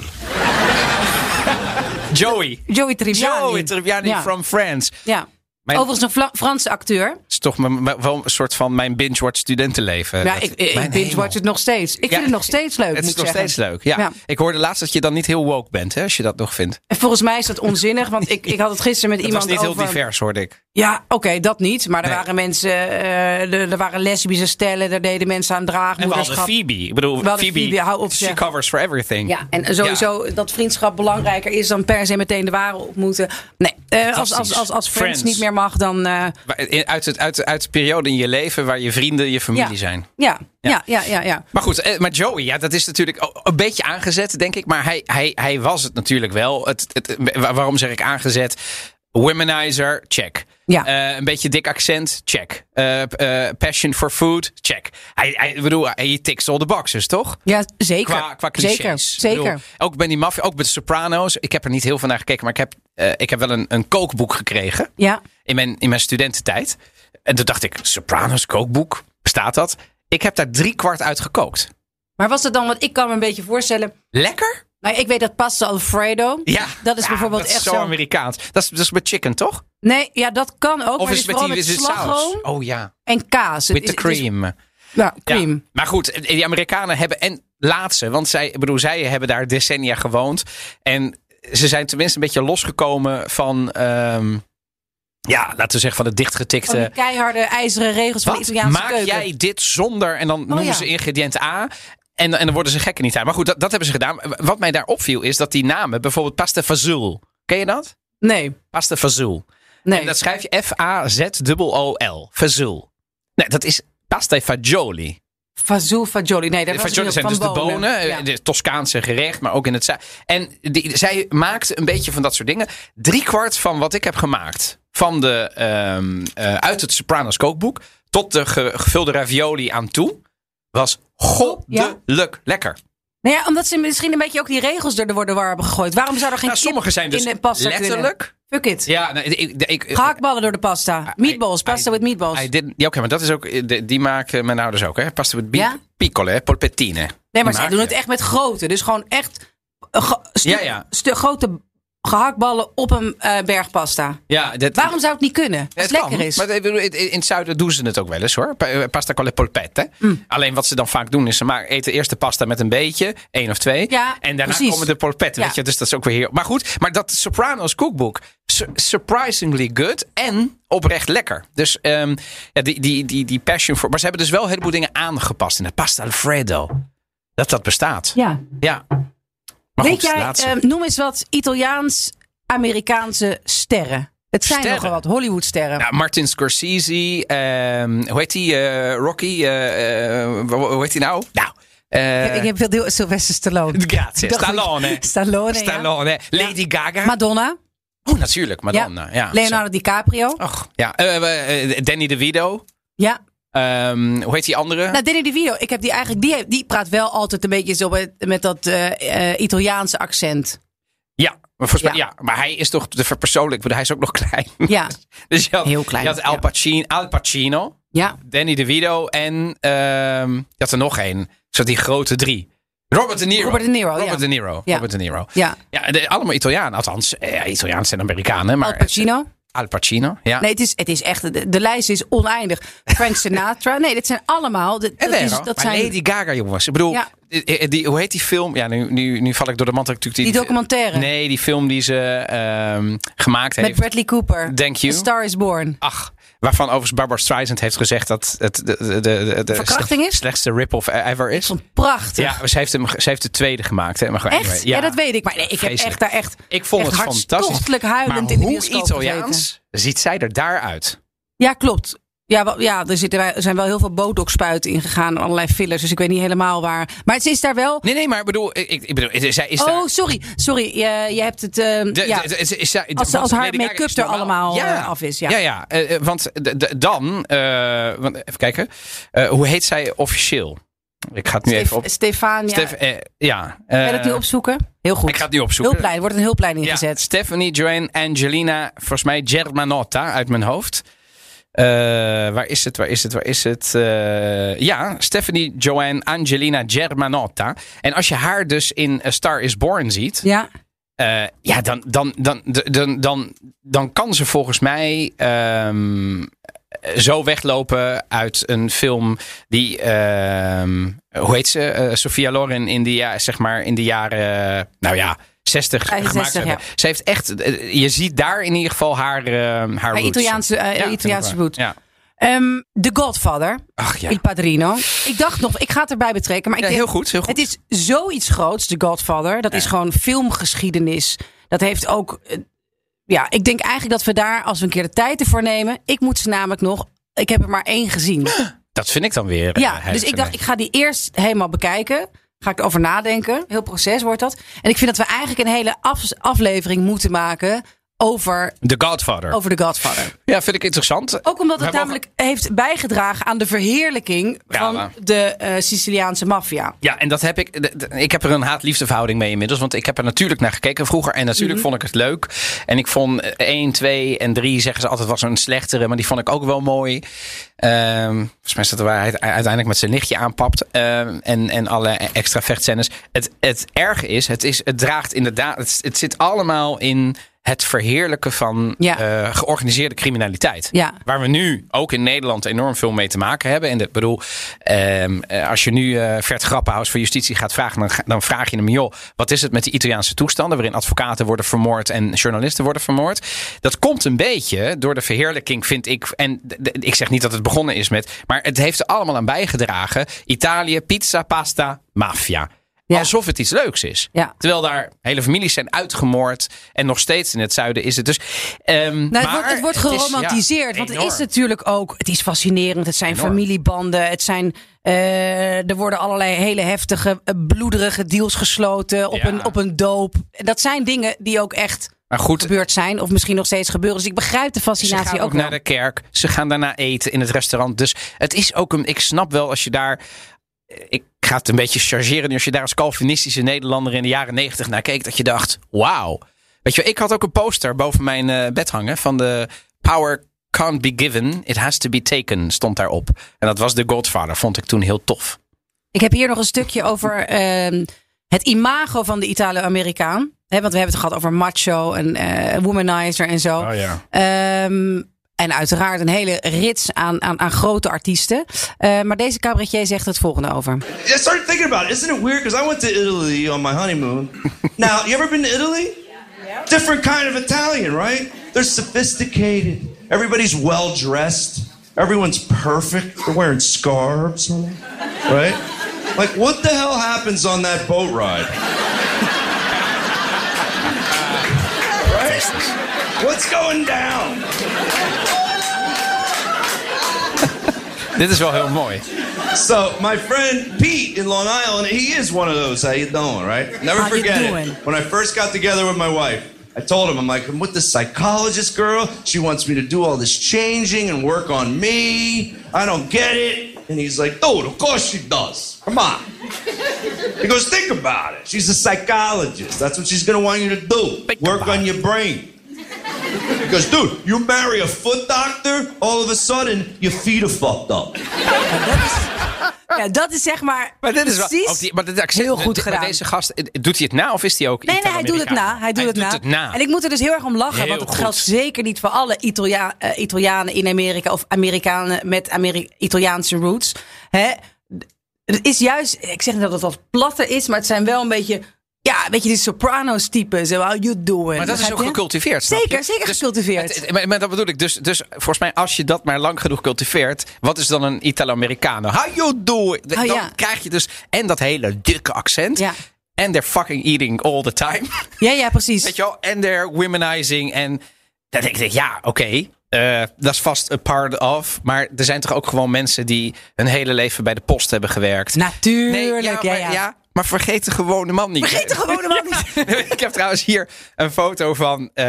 Speaker 2: Joey.
Speaker 1: Joey Tribbiani.
Speaker 2: Joey Tribbiani
Speaker 1: Ja.
Speaker 2: from France.
Speaker 1: Ja.
Speaker 2: Mijn-
Speaker 1: Overigens een Fla- Franse acteur.
Speaker 2: is toch mijn- mijn- wel een soort van mijn binge-watch studentenleven.
Speaker 1: Ja,
Speaker 2: Dat-
Speaker 1: ik, ik,
Speaker 2: mijn
Speaker 1: ik binge
Speaker 2: hemel.
Speaker 1: watch het nog steeds. Ik vind het nog steeds leuk.
Speaker 2: Het
Speaker 1: moet
Speaker 2: is
Speaker 1: ik
Speaker 2: nog
Speaker 1: zeggen.
Speaker 2: steeds leuk. Ja.
Speaker 1: Ja.
Speaker 2: Ik hoorde laatst dat je dan niet heel woke bent, hè, als je dat nog vindt.
Speaker 1: En volgens mij is dat onzinnig, want ik, ik had het gisteren met
Speaker 2: Het was
Speaker 1: iemand
Speaker 2: niet
Speaker 1: over...
Speaker 2: heel divers, hoorde ik.
Speaker 1: Ja, oké, dat niet. Maar er
Speaker 2: Nee.
Speaker 1: waren mensen, eh, er, er waren lesbische stellen, er deden mensen aan
Speaker 2: En we hadden
Speaker 1: draagmoederschap.
Speaker 2: Phoebe. Ik bedoel,
Speaker 1: We hadden
Speaker 2: Phoebe,
Speaker 1: Phoebe, hou op,
Speaker 2: she
Speaker 1: zeg.
Speaker 2: covers for everything.
Speaker 1: Ja, en sowieso dat vriendschap belangrijker is dan per se meteen de ware ontmoeten. Nee, eh, als, als, als, als Friends
Speaker 2: Friends.
Speaker 1: niet meer mag, dan... eh,
Speaker 2: Waar- in- Uit, het, uit, uit de periode in je leven waar je vrienden je familie
Speaker 1: ja.
Speaker 2: zijn.
Speaker 1: Ja, ja, ja, ja. ja.
Speaker 2: Maar goed, eh, maar Joey, ja, dat is natuurlijk o- een beetje aangezet, denk ik. Maar hij, hij, hij was het natuurlijk wel. Het, het, wa- waarom zeg ik aangezet? Womanizer, check.
Speaker 1: Ja.
Speaker 2: Eh, een beetje dik accent, check. Eh, p- eh, passion for food, check. Hij, hij, ik bedoel, hij tikt all the boxes, toch?
Speaker 1: Ja, zeker.
Speaker 2: Qua, qua clichés.
Speaker 1: Zeker,
Speaker 2: Ik
Speaker 1: zeker.
Speaker 2: bedoel, ook bij die maffia, ook bij de Soprano's. Ik heb er niet heel van naar gekeken, maar ik heb, eh, ik heb wel een, een kookboek gekregen
Speaker 1: ja.
Speaker 2: in mijn, in mijn studententijd. En toen dacht ik, Sopranos kookboek, bestaat dat? Ik heb daar drie kwart uit gekookt.
Speaker 1: Maar was het dan, want ik kan me een beetje voorstellen...
Speaker 2: Lekker?
Speaker 1: Nou, ik weet dat pasta Alfredo,
Speaker 2: Ja.
Speaker 1: dat is
Speaker 2: Ja,
Speaker 1: bijvoorbeeld
Speaker 2: dat is
Speaker 1: echt
Speaker 2: zo, Amerikaans. Dat is, dat is met chicken, toch?
Speaker 1: Nee, ja, dat kan ook.
Speaker 2: Of
Speaker 1: maar het
Speaker 2: is het
Speaker 1: is
Speaker 2: met die
Speaker 1: vooral met
Speaker 2: is het
Speaker 1: slagroom
Speaker 2: saus? Oh ja,
Speaker 1: en kaas. Het
Speaker 2: with the
Speaker 1: is- het is-
Speaker 2: cream.
Speaker 1: ja,
Speaker 2: Ja.
Speaker 1: cream.
Speaker 2: Maar goed, die Amerikanen hebben... En laat ze, want zij, ik bedoel, zij hebben daar decennia gewoond. En ze zijn tenminste een beetje losgekomen van... ehm, ja, laten we zeggen van het dichtgetikte...
Speaker 1: Van die keiharde ijzeren regels van de
Speaker 2: eh, Wat?
Speaker 1: Italiaanse
Speaker 2: Maak
Speaker 1: keuken. Oh
Speaker 2: jij dit zonder... En dan noemen
Speaker 1: ja.
Speaker 2: ze ingrediënt A... En, en dan worden ze gekken niet aan. Maar goed, dat, dat hebben ze gedaan. Wat mij daar opviel is dat die namen, bijvoorbeeld pasta fazool. Ken je dat?
Speaker 1: Nee,
Speaker 2: Pasta fazool.
Speaker 1: nee.
Speaker 2: En dat schrijf je F-A-Z-O-O-L. Fazul. Nee, dat is pasta e fagioli.
Speaker 1: Fazou fagioli. Nee, dat was
Speaker 2: fagioli zijn
Speaker 1: natuurlijk
Speaker 2: dus
Speaker 1: van
Speaker 2: de bonen,
Speaker 1: Ja.
Speaker 2: eh, het Toscaanse gerecht, maar ook in het zuiden. En die, zij maakt een beetje van dat soort dingen. Drie kwart van wat ik heb gemaakt van de, ehm, eh, uit het Sopranos kookboek tot de ge- gevulde ravioli aan toe was goddelijk lekker.
Speaker 1: Nou ja, omdat ze misschien een beetje ook die regels door de worden war hebben gegooid. Waarom zou er geen
Speaker 2: Nou,
Speaker 1: kip
Speaker 2: sommige zijn dus
Speaker 1: in de pasta kunnen?
Speaker 2: letterlijk.
Speaker 1: Fuck it.
Speaker 2: Ja, nou, ik, ik, ik,
Speaker 1: Gehaktballen door de pasta. Meatballs,
Speaker 2: I-
Speaker 1: pasta
Speaker 2: I-
Speaker 1: with meatballs.
Speaker 2: I didn't- ja, oké, maar dat is ook, de- die maken mijn ouders ook, hè? Pasta met
Speaker 1: Ja?
Speaker 2: ja? piccolo, hè? Polpettine.
Speaker 1: nee, maar zij
Speaker 2: Die maken
Speaker 1: doen het
Speaker 2: ze.
Speaker 1: echt met grote. Dus gewoon echt eh, ge- stu-
Speaker 2: Ja, ja.
Speaker 1: stu- grote gehaktballen op een eh, berg pasta.
Speaker 2: Ja, dat,
Speaker 1: Waarom zou het niet kunnen? Als het
Speaker 2: het
Speaker 1: lekker
Speaker 2: kan,
Speaker 1: is.
Speaker 2: Maar ik bedoel, in, in het zuiden doen ze het ook wel eens hoor. Pa- eh, Pasta con le polpette.
Speaker 1: Mm.
Speaker 2: Alleen wat ze dan vaak doen is ze maken, eten eerst de pasta met een beetje, één of twee.
Speaker 1: Ja,
Speaker 2: en daarna
Speaker 1: precies.
Speaker 2: komen de polpetten.
Speaker 1: Ja.
Speaker 2: Weet je, dus dat is ook weer heel. Maar goed, maar dat Sopranos cookbook. su- surprisingly good en oprecht lekker. Dus ehm, ja, die, die, die, die passion voor. Maar ze hebben dus wel een heleboel dingen aangepast in de pasta Alfredo. Dat dat bestaat.
Speaker 1: ja.
Speaker 2: Ja. Maar
Speaker 1: Weet
Speaker 2: goed, de
Speaker 1: jij,
Speaker 2: laatste.
Speaker 1: eh, noem eens wat Italiaans-Amerikaanse sterren. Het zijn
Speaker 2: Sterren? Nou,
Speaker 1: nogal wat Hollywood-sterren.
Speaker 2: Ja, Martin Scorsese, ehm, hoe heet die? eh, Rocky, eh, eh, wa- wa- hoe heet die nou? Nou, eh,
Speaker 1: ik heb veel deel Sylvester Stallone.
Speaker 2: grazie.
Speaker 1: Dacht ik.
Speaker 2: Stallone.
Speaker 1: Stallone, ja.
Speaker 2: Stallone. Lady Gaga.
Speaker 1: Madonna.
Speaker 2: oh, natuurlijk, Madonna. Ja.
Speaker 1: Leonardo DiCaprio.
Speaker 2: Zo. Och, ja. Eh, eh, eh, Danny DeVito.
Speaker 1: Ja.
Speaker 2: Ehm hoe heet die andere?
Speaker 1: Nou, Danny DeVito, ik heb die eigenlijk, die, die praat wel altijd een beetje zo met, met dat eh, eh, Italiaanse accent.
Speaker 2: ja. Maar, volgens mij,
Speaker 1: Ja.
Speaker 2: ja. maar hij is toch de verpersoonlijk, hij is ook nog klein.
Speaker 1: Ja,
Speaker 2: Dus je had,
Speaker 1: Heel klein,
Speaker 2: Je had Al
Speaker 1: ja.
Speaker 2: Pacino, Al Pacino
Speaker 1: ja.
Speaker 2: Danny DeVito en ehm je had er nog één. Zo die grote drie. Robert De Niro.
Speaker 1: Robert De Niro,
Speaker 2: Robert
Speaker 1: ja.
Speaker 2: De Niro.
Speaker 1: Ja.
Speaker 2: Robert De Niro.
Speaker 1: Ja.
Speaker 2: Ja, de- allemaal Italiaan. Althans, eh, Italiaans en Amerikanen. Maar
Speaker 1: Al Pacino.
Speaker 2: Al Pacino, ja.
Speaker 1: Nee, het is, het is echt, de, de lijst is oneindig. Frank Sinatra. Nee, dit zijn allemaal. dit-
Speaker 2: En
Speaker 1: dat is,
Speaker 2: Vero.
Speaker 1: dat
Speaker 2: maar
Speaker 1: zijn
Speaker 2: Lady Gaga, jongens. Ik bedoel,
Speaker 1: Ja.
Speaker 2: eh, eh, die, hoe heet die film? Ja, nu, nu, nu val ik door de mand. dat ik Natuurlijk
Speaker 1: Die documentaire.
Speaker 2: Nee, die film die ze ehm, gemaakt
Speaker 1: met
Speaker 2: heeft.
Speaker 1: Bradley Cooper.
Speaker 2: Thank you.
Speaker 1: A Star is Born.
Speaker 2: Ach, waarvan overigens Barbara Streisand heeft gezegd dat het de, de, de, de
Speaker 1: Verkrachting is?
Speaker 2: slechtste rip-off e-, ever is.
Speaker 1: Prachtig.
Speaker 2: Ja, ze heeft, hem, ze heeft de tweede gemaakt. Hè? Maar gewoon,
Speaker 1: Echt?
Speaker 2: anyway,
Speaker 1: Ja. dat weet ik. Maar nee, ik heb
Speaker 2: Vreselijk.
Speaker 1: echt daar echt.
Speaker 2: Ik vond
Speaker 1: echt
Speaker 2: het fantastisch.
Speaker 1: hartstochtelijk huilend
Speaker 2: maar
Speaker 1: in de
Speaker 2: hoe
Speaker 1: bioscoop
Speaker 2: Italiaans
Speaker 1: gezeten.
Speaker 2: ziet zij er daaruit?
Speaker 1: Ja, klopt. Ja, wel- ja er, zitten, wij- er zijn wel heel veel botox-spuiten ingegaan. Allerlei fillers. Dus ik weet niet helemaal waar. Maar ze is daar wel.
Speaker 2: Nee, nee, maar ik bedoel, ik, ik bedoel eh, zij is daar...
Speaker 1: Oh, sorry. Sorry. Je, je hebt het. ehm,
Speaker 2: De-
Speaker 1: ja.
Speaker 2: de- de- is- is zij-
Speaker 1: Als-
Speaker 2: want
Speaker 1: als haar
Speaker 2: Lady Gaga
Speaker 1: make-up
Speaker 2: is
Speaker 1: er
Speaker 2: normaal-
Speaker 1: allemaal, eh, af is, ja.
Speaker 2: ja, Eh, eh, want de- de- dan, eh, want, even kijken, Eh, hoe heet zij officieel? Ik ga het nu even op.
Speaker 1: Stefania.
Speaker 2: Stef, eh, ja. eh,
Speaker 1: Kan je dat nu opzoeken? Heel goed.
Speaker 2: Ik ga het nu opzoeken.
Speaker 1: Hulplijn. Er wordt een hulplijn
Speaker 2: ja,
Speaker 1: ingezet.
Speaker 2: Stephanie, Joanne, Angelina, volgens mij Germanotta uit mijn hoofd. Eh, waar is het, waar is het, waar is het? Eh, ja, Stephanie, Joanne, Angelina, Germanotta. En als je haar dus in A Star is Born ziet,
Speaker 1: Ja.
Speaker 2: eh, ja, dan, dan, dan, dan, dan, dan kan ze volgens mij ehm, zo weglopen uit een film die, ehm, hoe heet ze? Eh, Sophia Loren in de, ja, zeg maar in de jaren, nou ja, 60
Speaker 1: 65,
Speaker 2: gemaakt. zou
Speaker 1: ja.
Speaker 2: hebben. Ze heeft echt, eh, je ziet daar in ieder geval haar, ehm, haar
Speaker 1: Haar
Speaker 2: roots.
Speaker 1: Italiaanse, eh,
Speaker 2: Ja,
Speaker 1: Italiaanse
Speaker 2: vind ik
Speaker 1: bloed.
Speaker 2: wel. Ja.
Speaker 1: Ehm, The Godfather.
Speaker 2: Ach ja.
Speaker 1: Il Padrino. Ik dacht nog, ik ga het erbij betrekken. Maar ik
Speaker 2: Ja,
Speaker 1: denk,
Speaker 2: heel goed, heel goed.
Speaker 1: Het is zoiets groots, The Godfather. Dat is gewoon filmgeschiedenis. Dat heeft ook... eh, ja, ik denk eigenlijk dat we daar, als we een keer de tijd ervoor nemen... Ik moet ze namelijk nog... Ik heb er maar één gezien.
Speaker 2: Dat vind ik dan weer. eh,
Speaker 1: Ja, dus
Speaker 2: heilig
Speaker 1: ik dacht, ik ga die eerst helemaal bekijken. Ga ik erover nadenken. Heel proces wordt dat. En ik vind dat we eigenlijk een hele af- aflevering moeten maken... Over,
Speaker 2: The Godfather.
Speaker 1: over The Godfather.
Speaker 2: Ja, vind ik interessant.
Speaker 1: Ook omdat
Speaker 2: We
Speaker 1: het
Speaker 2: hebben
Speaker 1: namelijk heeft bijgedragen aan de verheerlijking
Speaker 2: Ja,
Speaker 1: van
Speaker 2: maar-
Speaker 1: de eh, Siciliaanse maffia.
Speaker 2: Ja, en dat heb ik. d- d- Ik heb er een haat-liefdeverhouding mee inmiddels. Want ik heb er natuurlijk naar gekeken vroeger. En natuurlijk
Speaker 1: Mhm.
Speaker 2: vond ik het leuk. En ik vond 1, 2 en 3 zeggen ze altijd was een slechtere. Maar die vond ik ook wel mooi. Ehm, volgens mij is dat waar hij het u- uiteindelijk met zijn lichtje aanpapt. Ehm, en, en alle extra vechtscènes. Het, het erge is, het is, het draagt inderdaad. Het, het zit allemaal in het verheerlijken van
Speaker 1: Ja.
Speaker 2: eh, georganiseerde criminaliteit.
Speaker 1: Ja.
Speaker 2: Waar we nu ook in Nederland enorm veel mee te maken hebben. En ik bedoel, ehm, eh, als je nu eh Vert Grappenhuis voor justitie gaat vragen, dan, ga- dan vraag je hem, joh, wat is het met die Italiaanse toestanden waarin advocaten worden vermoord en journalisten worden vermoord? Dat komt een beetje door de verheerlijking, vind ik. En d- d- ik zeg niet dat het begonnen is met, maar het heeft er allemaal aan bijgedragen. Italië, pizza, pasta, maffia.
Speaker 1: Ja.
Speaker 2: Alsof het iets leuks is.
Speaker 1: Ja.
Speaker 2: Terwijl daar hele families zijn uitgemoord. En nog steeds in het zuiden is het dus. ehm,
Speaker 1: Nou,
Speaker 2: maar
Speaker 1: het, wordt, het wordt
Speaker 2: is, ja,
Speaker 1: geromantiseerd. want het
Speaker 2: enorm.
Speaker 1: is natuurlijk ook. Het is fascinerend. Het zijn
Speaker 2: Enorm.
Speaker 1: familiebanden. Het zijn, eh, er worden allerlei hele heftige, eh, bloederige deals gesloten. Op,
Speaker 2: Ja.
Speaker 1: een, op een doop. Dat zijn dingen die ook echt
Speaker 2: Maar goed,
Speaker 1: gebeurd zijn. Of misschien nog steeds gebeuren. Dus ik begrijp de
Speaker 2: Ze
Speaker 1: fascinatie
Speaker 2: gaan
Speaker 1: ook,
Speaker 2: ook
Speaker 1: wel.
Speaker 2: naar de kerk. Ze gaan daarna eten in het restaurant. Dus het is ook een. Ik snap wel als je daar. Ik ga het een beetje chargeren. nu. Als je daar als Calvinistische Nederlander in de jaren negentig naar keek, dat je dacht: wauw. Weet je, wel, ik had ook een poster boven mijn eh, bed hangen van de Power Can't Be Given, It Has to Be Taken, stond daarop. En dat was The Godfather, vond ik toen heel tof.
Speaker 1: Ik heb hier nog een stukje over ehm, het imago van de Italo-Amerikaan. Hè, want we hebben het gehad over macho en eh, womanizer en zo.
Speaker 2: ja.
Speaker 1: Ehm, en uiteraard een hele rits aan, aan, aan grote artiesten. Eh, maar deze cabaretier zegt het volgende over.
Speaker 5: I started thinking about it. Isn't it weird? Because I went to Italy on my honeymoon. now, you ever been to Italy? Different kind of Italian, right? They're sophisticated. Everybody's well dressed. Everyone's perfect. They're wearing scarves, right? Like, what the hell happens on that boat ride? right? What's going down?
Speaker 2: Dit is wel heel mooi.
Speaker 5: So my friend Pete in Long Island, he is one of those. How you doing, right? Never
Speaker 1: How you
Speaker 5: forget
Speaker 1: doing?
Speaker 5: it. When I first got together with my wife, I told him, I'm like, I'm with this psychologist girl. She wants me to do all this changing and work on me. I don't get it. And he's like, dude, of course she does. Come on. He goes, think about it. She's a psychologist. That's what she's gonna want you to do.
Speaker 2: Think
Speaker 5: work
Speaker 2: about
Speaker 5: on your brain. He goes, dude, you marry a foot doctor, all of a sudden your feet are fucked up.
Speaker 1: Ja, dat is zeg maar,
Speaker 2: Ah. Maar dit is wel-
Speaker 1: precies
Speaker 2: ook die- maar dit accent-
Speaker 1: heel
Speaker 2: dit-
Speaker 1: goed
Speaker 2: maar
Speaker 1: gedaan.
Speaker 2: deze gast, eh, doet hij het na of is hij ook
Speaker 1: Nee, nee, hij doet het
Speaker 2: Italo-Amerikaan?
Speaker 1: na. Hij doet, het, na.
Speaker 2: na.
Speaker 1: En ik moet er dus heel erg om lachen.
Speaker 2: Heel
Speaker 1: want het
Speaker 2: goed.
Speaker 1: geldt zeker niet voor alle Italia- eh, Italianen in Amerika. Of Amerikanen met Ameri- Italiaanse roots. Hè? D- Het is juist, ik zeg niet dat het wat platter is. Maar het zijn wel een beetje, ja, een beetje die sopranos type. Zo, how you doing?
Speaker 2: Maar dat is
Speaker 1: Begrijp
Speaker 2: ook
Speaker 1: je?
Speaker 2: gecultiveerd. snap
Speaker 1: Zeker,
Speaker 2: je?
Speaker 1: zeker
Speaker 2: Dus
Speaker 1: gecultiveerd.
Speaker 2: het- het- maar, maar dat bedoel ik. Dus, dus volgens mij, als je dat maar lang genoeg cultiveert, wat is dan een Italo-Americano? How you doing? Dan
Speaker 1: Oh, ja.
Speaker 2: krijg je dus en dat hele dikke accent.
Speaker 1: Ja.
Speaker 2: En they're fucking eating all the time.
Speaker 1: ja, ja, precies.
Speaker 2: Weet je wel? En they're womenizing. En dan denk ik, ja, oké. eh, dat is vast een part of. Maar er zijn toch ook gewoon mensen die hun hele leven bij de post hebben gewerkt.
Speaker 1: Natuurlijk,
Speaker 2: ja,
Speaker 1: ja,
Speaker 2: maar,
Speaker 1: ja.
Speaker 2: maar vergeet de gewone man niet.
Speaker 1: Vergeet de gewone man niet.
Speaker 2: ik heb trouwens hier een foto van eh,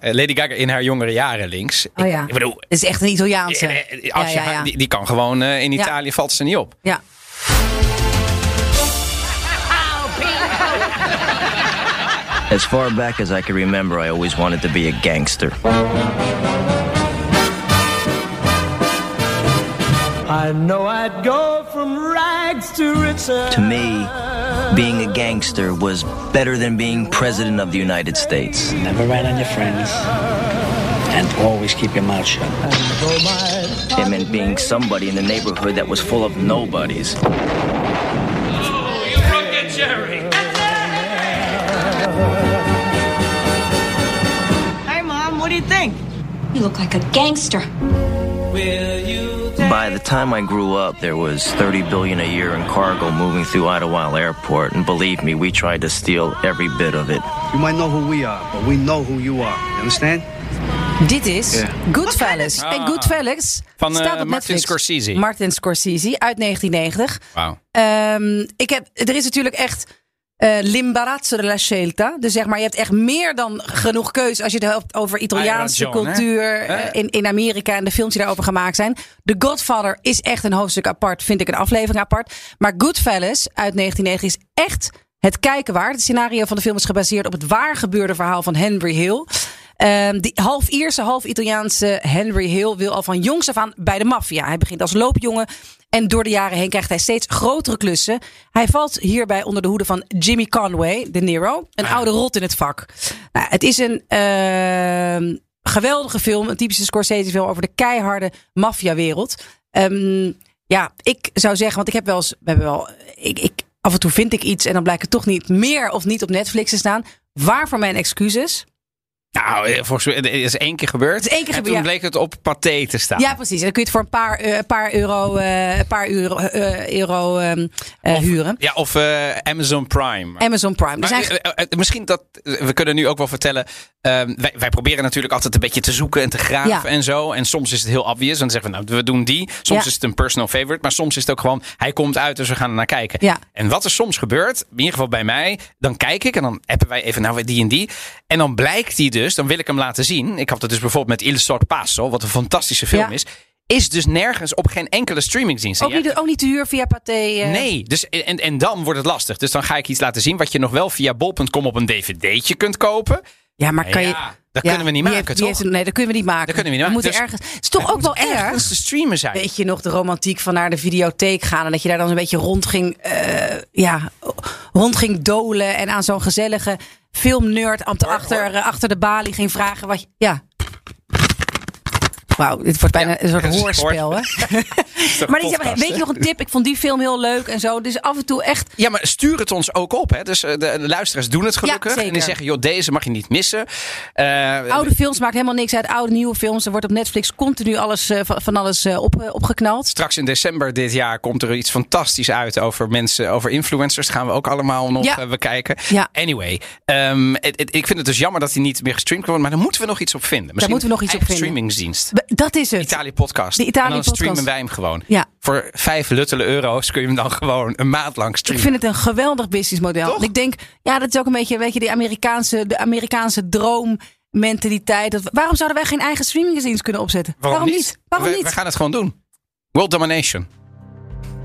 Speaker 2: Lady Gaga in haar jongere jaren links.
Speaker 1: Oh ja,
Speaker 2: Ik bedoel,
Speaker 1: het is echt een Italiaanse.
Speaker 2: eh, eh, als je
Speaker 1: ja, ja,
Speaker 2: haar-
Speaker 1: ja.
Speaker 2: Die, die kan gewoon eh, in
Speaker 1: Ja.
Speaker 2: Italië valt ze niet op.
Speaker 1: ja.
Speaker 7: As far back as I can remember, I always wanted to be a gangster.
Speaker 8: I know I'd go from rags to riches.
Speaker 7: To me, being a gangster was better than being president of the United States.
Speaker 9: Never rat on your friends. And always keep your mouth shut.
Speaker 7: It meant being somebody in the neighborhood that was full of nobodies.
Speaker 10: Hey, Mom, what do you think? You look like a gangster.
Speaker 7: By the time I grew up, there was 30 billion a year in cargo moving through Idlewild Airport, and believe me, we tried to steal every bit of it.
Speaker 9: You might know who we are, but we know who you are. You understand?
Speaker 1: Dit is Goodfellas. En Goodfellas
Speaker 2: Ah. Van, eh,
Speaker 1: staat op
Speaker 2: Martin
Speaker 1: Netflix.
Speaker 2: Scorsese.
Speaker 1: Martin Scorsese uit 1990.
Speaker 2: Wauw.
Speaker 1: Ehm, ik heb, er is natuurlijk echt eh l'imbarazzo della scelta. Dus zeg maar, je hebt echt meer dan genoeg keus als je het hebt over Italiaanse
Speaker 2: Ira John, hè?
Speaker 1: cultuur eh,
Speaker 2: Eh.
Speaker 1: in, in Amerika en de films die daarover gemaakt zijn. The Godfather is echt een hoofdstuk apart, vind ik een aflevering apart. Maar Goodfellas uit 1990 is echt het kijken waard. Het scenario van de film is gebaseerd op het waar gebeurde verhaal van Henry Hill. Ehm, die half Ierse, half Italiaanse Henry Hill wil al van jongs af aan bij de maffia. Hij begint als loopjongen en door de jaren heen krijgt hij steeds grotere klussen. Hij valt hierbij onder de hoede van Jimmy Conway, de Nero. Een oude rot in het vak. Nou, het is een ehm, geweldige film. Een typische Scorsese film over de keiharde maffiawereld. Ehm, ja, ik zou zeggen, want ik heb wel eens... We hebben wel, ik, ik, af en toe vind ik iets en dan blijkt het toch niet meer of niet op Netflix te staan. Waarvoor mijn excuses?
Speaker 2: Nou, eh, volgens mij het is één keer gebeurd.
Speaker 1: is één keer
Speaker 2: en
Speaker 1: gebeurd,
Speaker 2: toen
Speaker 1: ja.
Speaker 2: bleek het op paté te staan.
Speaker 1: Ja, precies. En dan kun je het voor een paar, eh, paar euro, eh, een paar euro, eh, euro ehm, eh, huren.
Speaker 2: Ja, of eh, Amazon Prime.
Speaker 1: Amazon Prime. Dus
Speaker 2: Maar,
Speaker 1: eigenlijk,
Speaker 2: eh, eh, eh, misschien dat we kunnen nu ook wel vertellen. ehm, wij, wij proberen natuurlijk altijd een beetje te zoeken en te graven
Speaker 1: Ja.
Speaker 2: en zo. En soms is het heel obvious. Want dan zeggen we, nou, we doen die. Soms
Speaker 1: Ja.
Speaker 2: is het een personal favorite. Maar soms is het ook gewoon, hij komt uit, dus we gaan er naar kijken.
Speaker 1: Ja.
Speaker 2: En wat er soms gebeurt, in ieder geval bij mij, dan kijk ik en dan appen wij even, nou, die en die. En dan blijkt die dus, dan wil ik hem laten zien. Ik had het dus bijvoorbeeld met Il Sorpasso, wat een fantastische film
Speaker 1: Ja.
Speaker 2: is. Is dus nergens op geen enkele streamingdienst. En
Speaker 1: ook,
Speaker 2: jij-
Speaker 1: niet, ook niet te huur via Pathé. eh,
Speaker 2: Nee, dus, en, en dan wordt het lastig. Dus dan ga ik iets laten zien wat je nog wel via bol.com op een dvd'tje kunt kopen.
Speaker 1: Ja, maar kan
Speaker 2: Ja,
Speaker 1: je...
Speaker 2: dat
Speaker 1: Ja,
Speaker 2: kunnen we niet
Speaker 1: die
Speaker 2: maken,
Speaker 1: heeft- die
Speaker 2: toch?
Speaker 1: heeft een- nee, dat kunnen we niet maken.
Speaker 2: Dat kunnen we niet maken.
Speaker 1: moeten
Speaker 2: Dus-
Speaker 1: ergens... Het is toch ook wel erg...
Speaker 2: Ergens te streamen zijn.
Speaker 1: Weet je nog de romantiek van naar de videotheek gaan en dat je daar dan een beetje rond ging, eh, ja, rond ging dolen en aan zo'n gezellige filmnerd aan de achter, eh, achter de balie ging vragen wat je, ja. Wauw, dit wordt bijna een soort
Speaker 2: het is een
Speaker 1: hoorspel, hè? maar die,
Speaker 2: podcast,
Speaker 1: weet je nog een tip? Ik vond die film heel leuk en zo. Dus af en toe echt
Speaker 2: Ja, maar stuur het ons ook op. Hè? Dus eh, de, de luisteraars doen het gelukkig.
Speaker 1: zeker. Oh.
Speaker 2: en die zeggen, joh, deze mag je niet missen. Eh,
Speaker 1: oude films maakt helemaal niks uit. Oude, nieuwe films. Er wordt op Netflix continu alles, eh, van van alles eh, op, eh, opgeknald.
Speaker 2: Straks in december dit jaar komt er iets fantastisch uit over mensen, over influencers. Dat gaan we ook allemaal nog
Speaker 1: Ja.
Speaker 2: eh, bekijken.
Speaker 1: Ja.
Speaker 2: Anyway, ehm, het- het- ik vind het dus jammer dat hij niet meer gestreamd kan worden. Maar daar moeten we nog iets op vinden. Misschien
Speaker 1: moeten we nog iets op
Speaker 2: eigen
Speaker 1: vinden.
Speaker 2: streamingsdienst.
Speaker 1: B- Dat is het.
Speaker 2: Italië podcast.
Speaker 1: De Italië
Speaker 2: en dan
Speaker 1: podcast.
Speaker 2: streamen wij hem gewoon.
Speaker 1: Ja.
Speaker 2: Voor vijf luttele euro's kun je hem dan gewoon een maand lang
Speaker 1: Ik
Speaker 2: streamen.
Speaker 1: vind het een geweldig businessmodel.
Speaker 2: Toch?
Speaker 1: En Ik denk, ja, dat is ook een beetje, weet je, die Amerikaanse, de Amerikaanse droommentaliteit. Dat, waarom zouden wij geen eigen streamingdienst kunnen opzetten? Waarom
Speaker 2: we,
Speaker 1: niet?
Speaker 2: We gaan het gewoon doen. World Domination.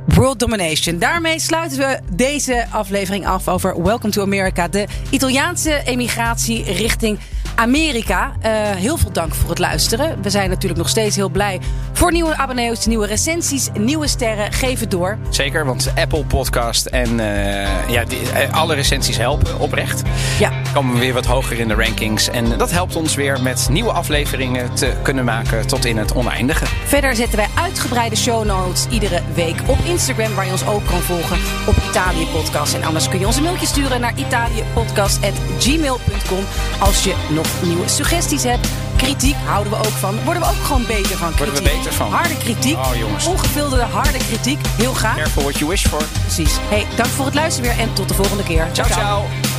Speaker 1: World Domination. Daarmee sluiten we deze aflevering af over Welcome to America. De Italiaanse emigratie richting Amerika. Eh, heel veel dank voor het luisteren. We zijn natuurlijk nog steeds heel blij voor nieuwe abonnees, nieuwe recensies, nieuwe sterren. Geef het door.
Speaker 2: Zeker, want Apple Podcast en eh, ja, die, eh, alle recensies helpen oprecht.
Speaker 1: Ja.
Speaker 2: Komen we weer wat hoger in de rankings. En dat helpt ons weer met nieuwe afleveringen te kunnen maken tot in het oneindige.
Speaker 1: Verder zetten wij uitgebreide show notes iedere week op Instagram, waar je ons ook kan volgen op Italië Podcast. En anders kun je ons een mailtje sturen naar italiëpodcast.gmail.com als je nog nieuwe suggesties hebt. Kritiek houden we ook van. Worden we ook gewoon beter van kritiek.
Speaker 2: Worden we beter van.
Speaker 1: Harde kritiek.
Speaker 2: Oh, jongens.
Speaker 1: Ongefilterde harde kritiek. Heel graag.
Speaker 2: Careful what you wish for.
Speaker 1: Precies. Hey, dank voor het luisteren weer en tot de volgende keer.
Speaker 2: ciao. ciao.